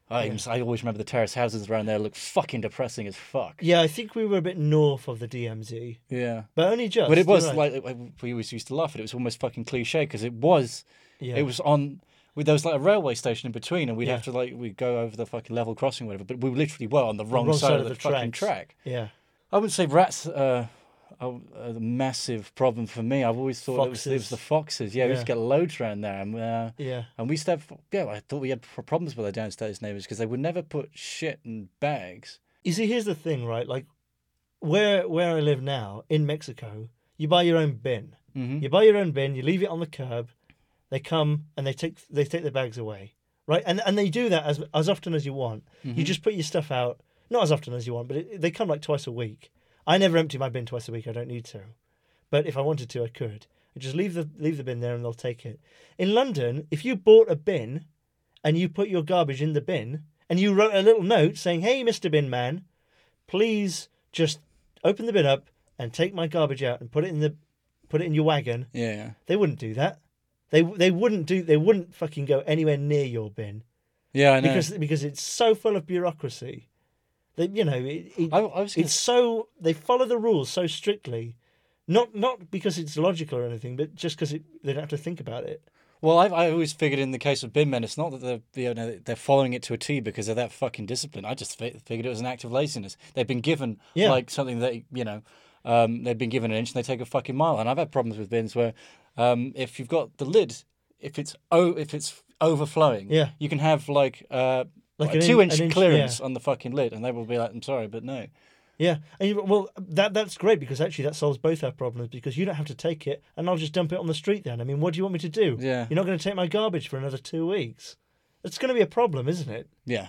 S2: I, I always remember the terrace houses around there look fucking depressing as fuck.
S1: yeah, I think we were a bit north of the DMZ,
S2: Yeah.
S1: but only just.
S2: But it was
S1: you're right.
S2: like like we always used to laugh at it. It was almost fucking cliche because it was,
S1: yeah.
S2: it was on. we- There was like a railway station in between, and we'd
S1: Yeah.
S2: have to like we'd go over the fucking level crossing, or whatever. But we literally were on the wrong,
S1: wrong
S2: side, of the, fucking
S1: tracks.
S2: track.
S1: Yeah,
S2: I wouldn't say rats are a, a massive problem for me. I've always thought it was, it was
S1: Foxes.
S2: the foxes. Yeah, we used to
S1: Yeah.
S2: get loads around there. And, uh,
S1: yeah.
S2: and we used to have, yeah, I thought we had pro- problems with our downstairs neighbours because they would never put shit in bags.
S1: You see, here's the thing, right? Like, where where I live now in Mexico, you buy your own bin.
S2: Mhm.
S1: You buy your own bin. You leave it on the curb. They come and they take they take their bags away, right? And and they do that as as often as you want. You just put your stuff out, not as often as you want, but it, they come like twice a week. I never empty my bin twice a week. I don't need to, but if I wanted to, I could. I just leave the leave the bin there and they'll take it. In London, if you bought a bin and you put your garbage in the bin and you wrote a little note saying, "Hey, Mister Bin Man, please just open the bin up and take my garbage out and put it in the put it in your wagon.
S2: Yeah.
S1: They wouldn't do that. They they wouldn't do they wouldn't fucking go anywhere near your bin
S2: Yeah, I know.
S1: because because it's so full of bureaucracy. That you know it, it-
S2: I, I was gonna
S1: it's so they follow the rules so strictly. Not not because it's logical or anything, but just because they don't have to think about it.
S2: Well, I've, I always figured in the case of bin men, it's not that they're you know, they're following it to a T because they're that fucking disciplined. I just fi- figured it was an act of laziness. They've been given
S1: Yeah.
S2: like something that you know um, they've been given an inch and they take a fucking mile. And I've had problems with bins where um, if you've got the lid, if it's o if it's overflowing,
S1: Yeah.
S2: you can have like. Uh,
S1: Like
S2: like
S1: an
S2: a
S1: in-
S2: two inch
S1: an inch,
S2: clearance
S1: yeah.
S2: on the fucking lid, and they will be like, "I'm sorry, but no."
S1: Yeah, and you, well, that that's great because actually that solves both our problems because you don't have to take it, and I'll just dump it on the street. Then I mean, what do you want me to do?
S2: Yeah.
S1: you're not going to take my garbage for another two weeks. It's going to be a problem, isn't it?
S2: Yeah,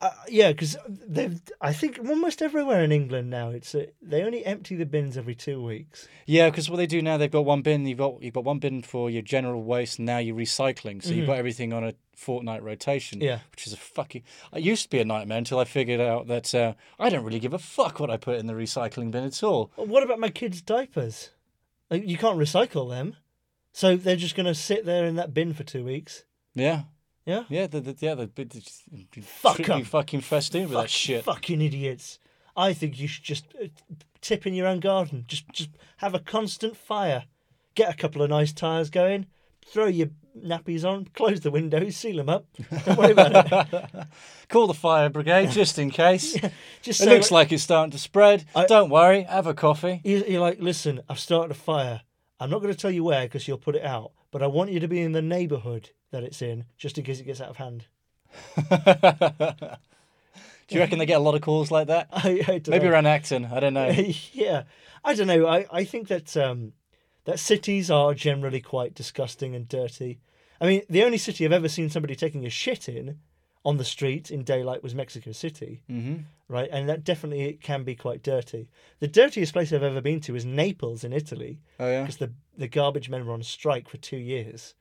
S1: uh, yeah, because they've. I think almost everywhere in England now, it's a, they only empty the bins every two weeks.
S2: Yeah, because what they do now, they've got one bin. You've got you've got one bin for your general waste, and now you're recycling. So you've got everything on a fortnight rotation.
S1: Mm. Yeah.
S2: which is a fucking. It used to be a nightmare until I figured out that uh, I don't really give a fuck what I put in the recycling bin at all.
S1: Well, Uh, What about my kids' diapers? Like, you can't recycle them, so they're just going to sit there in that bin for two weeks.
S2: Yeah,
S1: Yeah,
S2: yeah, the, the, yeah. The, the, the,
S1: Fuck
S2: strictly
S1: 'em.
S2: fucking festoon with that shit.
S1: Fucking idiots! I think you should just uh, tip in your own garden. Just just have a constant fire. Get a couple of nice tires going. Throw your nappies on. Close the windows. Seal them up. Don't worry about it.
S2: Call the fire brigade just in case.
S1: Just
S2: It
S1: so
S2: looks like it's starting to spread.
S1: I-
S2: Don't worry, have a coffee.
S1: You- you're like, listen, I've started a fire. I'm not going to tell you where because you'll put it out, but I want you to be in the neighbourhood that it's in, just in case it gets out of hand.
S2: Do you reckon they get a lot of calls like that?
S1: I, I don't
S2: Maybe
S1: know.
S2: around Acton. I don't know.
S1: yeah, I don't know. I, I think that um, that cities are generally quite disgusting and dirty. I mean, the only city I've ever seen somebody taking a shit in on the street in daylight was Mexico City, mm-hmm. right? And that definitely can be quite dirty. The dirtiest place I've ever been to is Naples in Italy
S2: Oh yeah.
S1: because the the garbage men were on strike for two years.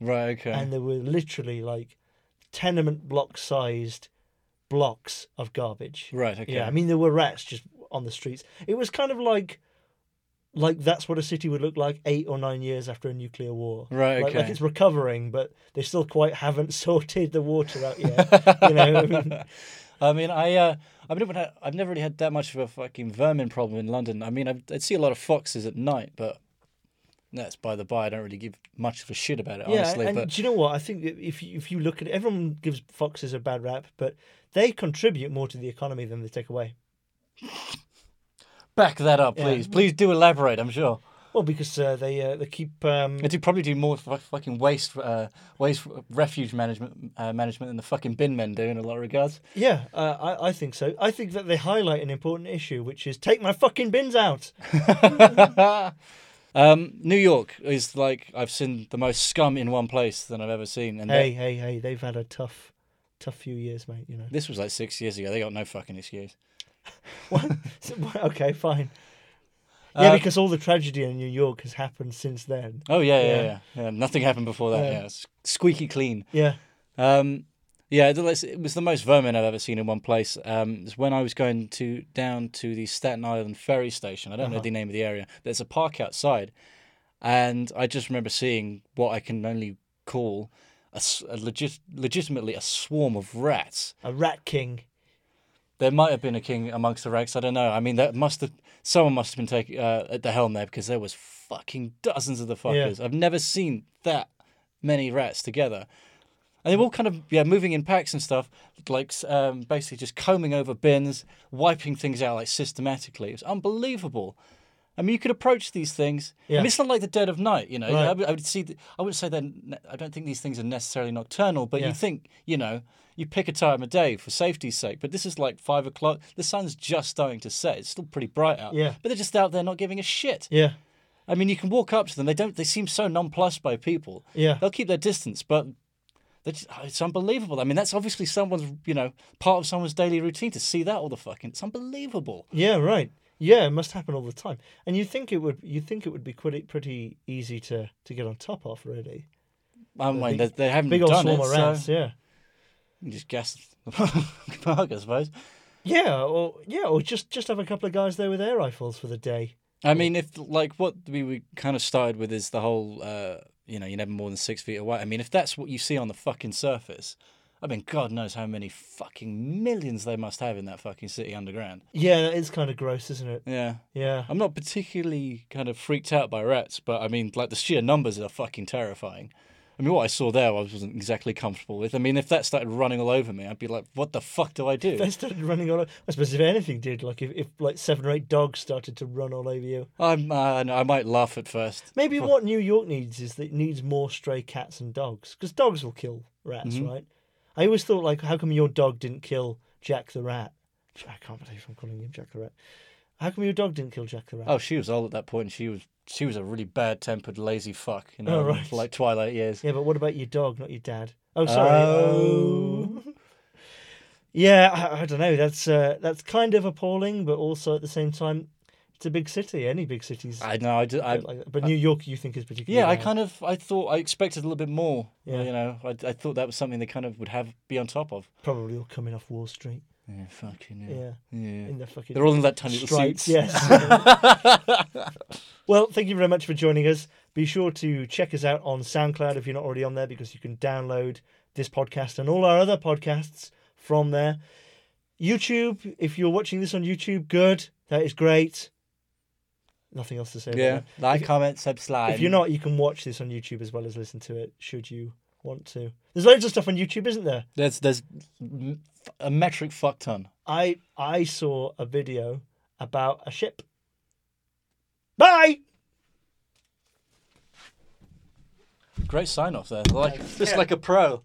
S2: Right. Okay.
S1: and there were literally like tenement block sized blocks of garbage.
S2: Right, okay.
S1: Yeah, I mean there were rats just on the streets. It was kind of like like that's what a city would look like eight or nine years after a nuclear war.
S2: Right,
S1: Like, like
S2: okay.
S1: it's recovering, but they still quite haven't sorted the water out yet. you know, I mean,
S2: I mean, I uh, I've never had, I've never really had that much of a fucking vermin problem in London. I mean, I'd, I'd see a lot of foxes at night, but that's by the by. I don't really give much of a shit about it,
S1: yeah.
S2: honestly.
S1: and
S2: But
S1: do you know what? I think that if you, if you look at it, everyone gives foxes a bad rap, but they contribute more to the economy than they take away.
S2: back that up, please. Please do elaborate. I'm sure.
S1: Well, because uh, they uh, they keep um,
S2: I do probably do more fu- fucking waste, uh, waste refuge management, uh, management than the fucking bin men do in a lot of regards.
S1: Yeah, uh, I, I think so. I think that they highlight an important issue, which is take my fucking bins out.
S2: Um, New York is like I've seen the most scum in one place than I've ever seen. And
S1: Hey, hey, hey, they've had a tough, tough few years, mate, you know.
S2: this was like six years ago. They got no fucking excuse.
S1: What? So, well, okay, fine. Yeah,
S2: Uh,
S1: because all the tragedy in New York has happened since then.
S2: Oh yeah, yeah,
S1: Yeah.
S2: yeah. yeah. Nothing happened before that.
S1: Yeah.
S2: Yeah, it's squeaky clean.
S1: Yeah.
S2: Um, yeah, it was it was the most vermin I've ever seen in one place. Um, it's when I was going to down to the Staten Island ferry station. I don't know the name of the area. There's a park outside, and I just remember seeing what I can only call a, s- a legit, legitimately a swarm of rats.
S1: A rat king.
S2: There might have been a king amongst the ranks. I don't know. I mean, that must have someone must have been taking uh, at the helm there because there was fucking dozens of the fuckers. I've never seen that many rats together, and they were all kind of yeah moving in packs and stuff, like um, basically just combing over bins, wiping things out like systematically. It was unbelievable. I mean, you could approach these things. I
S1: Yeah.
S2: mean, it's not like the dead of night, you know.
S1: Right.
S2: I, would, I would see. The, I wouldn't say they're. ne- I don't think these things are necessarily nocturnal, but
S1: Yeah.
S2: you think, you know, you pick a time of day for safety's sake. But this is like five o'clock. The sun's just starting to set. It's still pretty bright out.
S1: Yeah.
S2: But they're just out there not giving a shit.
S1: Yeah.
S2: I mean, you can walk up to them. They don't. They seem so nonplussed by people.
S1: Yeah.
S2: They'll keep their distance, but. they're Just, oh, it's unbelievable. I mean, that's obviously someone's, you know, part of someone's daily routine to see that all the fucking. It's unbelievable.
S1: Yeah, right. Yeah, it must happen all the time. And you think it would you think it would be pretty pretty easy to, to get on top of, really.
S2: I mean,
S1: big-
S2: they, they haven't
S1: Big old
S2: Hmm, done
S1: swarm
S2: it.
S1: of
S2: so-
S1: rats, yeah.
S2: You just gas the park, I suppose.
S1: Yeah, or yeah, or just, just have a couple of guys there with air rifles for the day.
S2: I mean, if like what we, we kind of started with is the whole, uh, you know, you're never more than six feet away. I mean, if that's what you see on the fucking surface, I mean, God knows how many fucking millions they must have in that fucking city underground.
S1: Yeah, that is kind of gross, isn't it?
S2: Yeah.
S1: Yeah.
S2: I'm not particularly kind of freaked out by rats, but I mean, like the sheer numbers are fucking terrifying. I mean, what I saw there, I wasn't exactly comfortable with. I mean, if that started running all over me, I'd be like, "What the fuck do I do?"
S1: they started running all over. I suppose if anything did, like if, if like seven or eight dogs started to run all over you.
S2: I'm, uh, I might laugh at first.
S1: Maybe what New York needs is that it needs more stray cats and dogs because dogs will kill rats, right? I always thought like, how come your dog didn't kill Jack the Rat? I can't believe I'm calling him Jack the Rat. How come your dog didn't kill Jack the Rat?
S2: Oh, she was old at that point. She was she was a really bad tempered, lazy fuck. You know,
S1: Oh, right.
S2: like Twilight years.
S1: Yeah, but what about your dog, not your dad? Oh, sorry.
S2: Oh.
S1: Oh. Yeah, I, I don't know. That's uh, that's kind of appalling, but also at the same time, it's a big city. Any big city's
S2: I know. I, do, I
S1: like that. But New York, you think is particularly
S2: yeah. I
S1: bad.
S2: kind of I thought I expected a little bit more.
S1: Yeah.
S2: You know, I, I thought that was something they kind of would have be on top of.
S1: probably all coming off Wall Street.
S2: Yeah, fucking
S1: Yeah,
S2: yeah.
S1: in the fucking
S2: They're all in that tiny little
S1: stripes.
S2: suits.
S1: Yes. well, thank you very much for joining us. Be sure to check us out on SoundCloud if you're not already on there, because you can download this podcast and all our other podcasts from there. YouTube, if you're watching this on YouTube, good. That is great. Nothing else to say. about
S2: Yeah.
S1: that.
S2: Like, comment, subscribe.
S1: If you're not, you can watch this on YouTube as well as listen to it, should you want to. There's loads of stuff on YouTube, isn't there?
S2: there's there's m- a metric fuck ton.
S1: I I saw a video about a ship. Bye.
S2: Great sign off there. Like just like a pro.